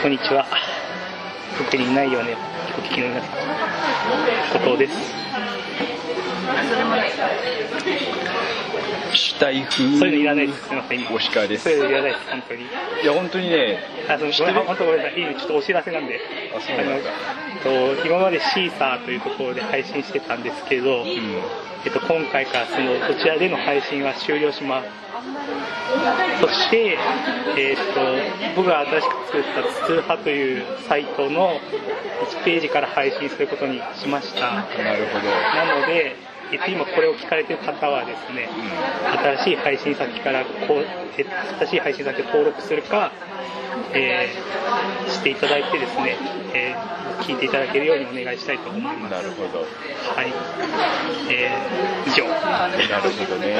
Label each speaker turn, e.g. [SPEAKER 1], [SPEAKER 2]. [SPEAKER 1] こんにちは。特にないよね。お聞きの皆さん。後藤です。
[SPEAKER 2] 主体風
[SPEAKER 1] そういうのいらないです。すみません。今
[SPEAKER 2] お叱です
[SPEAKER 1] そういうのいらないです。本当に。
[SPEAKER 2] いや本当にね
[SPEAKER 1] あ、その、
[SPEAKER 2] 知ってる
[SPEAKER 1] 本当ごめんなさい。いいちょっとお知らせなんで。
[SPEAKER 2] あそうなんだ
[SPEAKER 1] あのえっと今までシーサーというところで配信してたんですけど、
[SPEAKER 2] うん
[SPEAKER 1] えっと、今回からそのこちらでの配信は終了しますそして、えっと僕が新しく作った「ツーハ」というサイトの1ページから配信することにしました
[SPEAKER 2] なるほど
[SPEAKER 1] なので、えっと、今これを聞かれてる方はですね新しい配信先からこうえ新しい配信先を登録するか、えーしていただいてですね、えー聞いていただけるようにお願いしたいと思います
[SPEAKER 2] うんなるほど
[SPEAKER 1] はい。えー以上。
[SPEAKER 2] なるほどね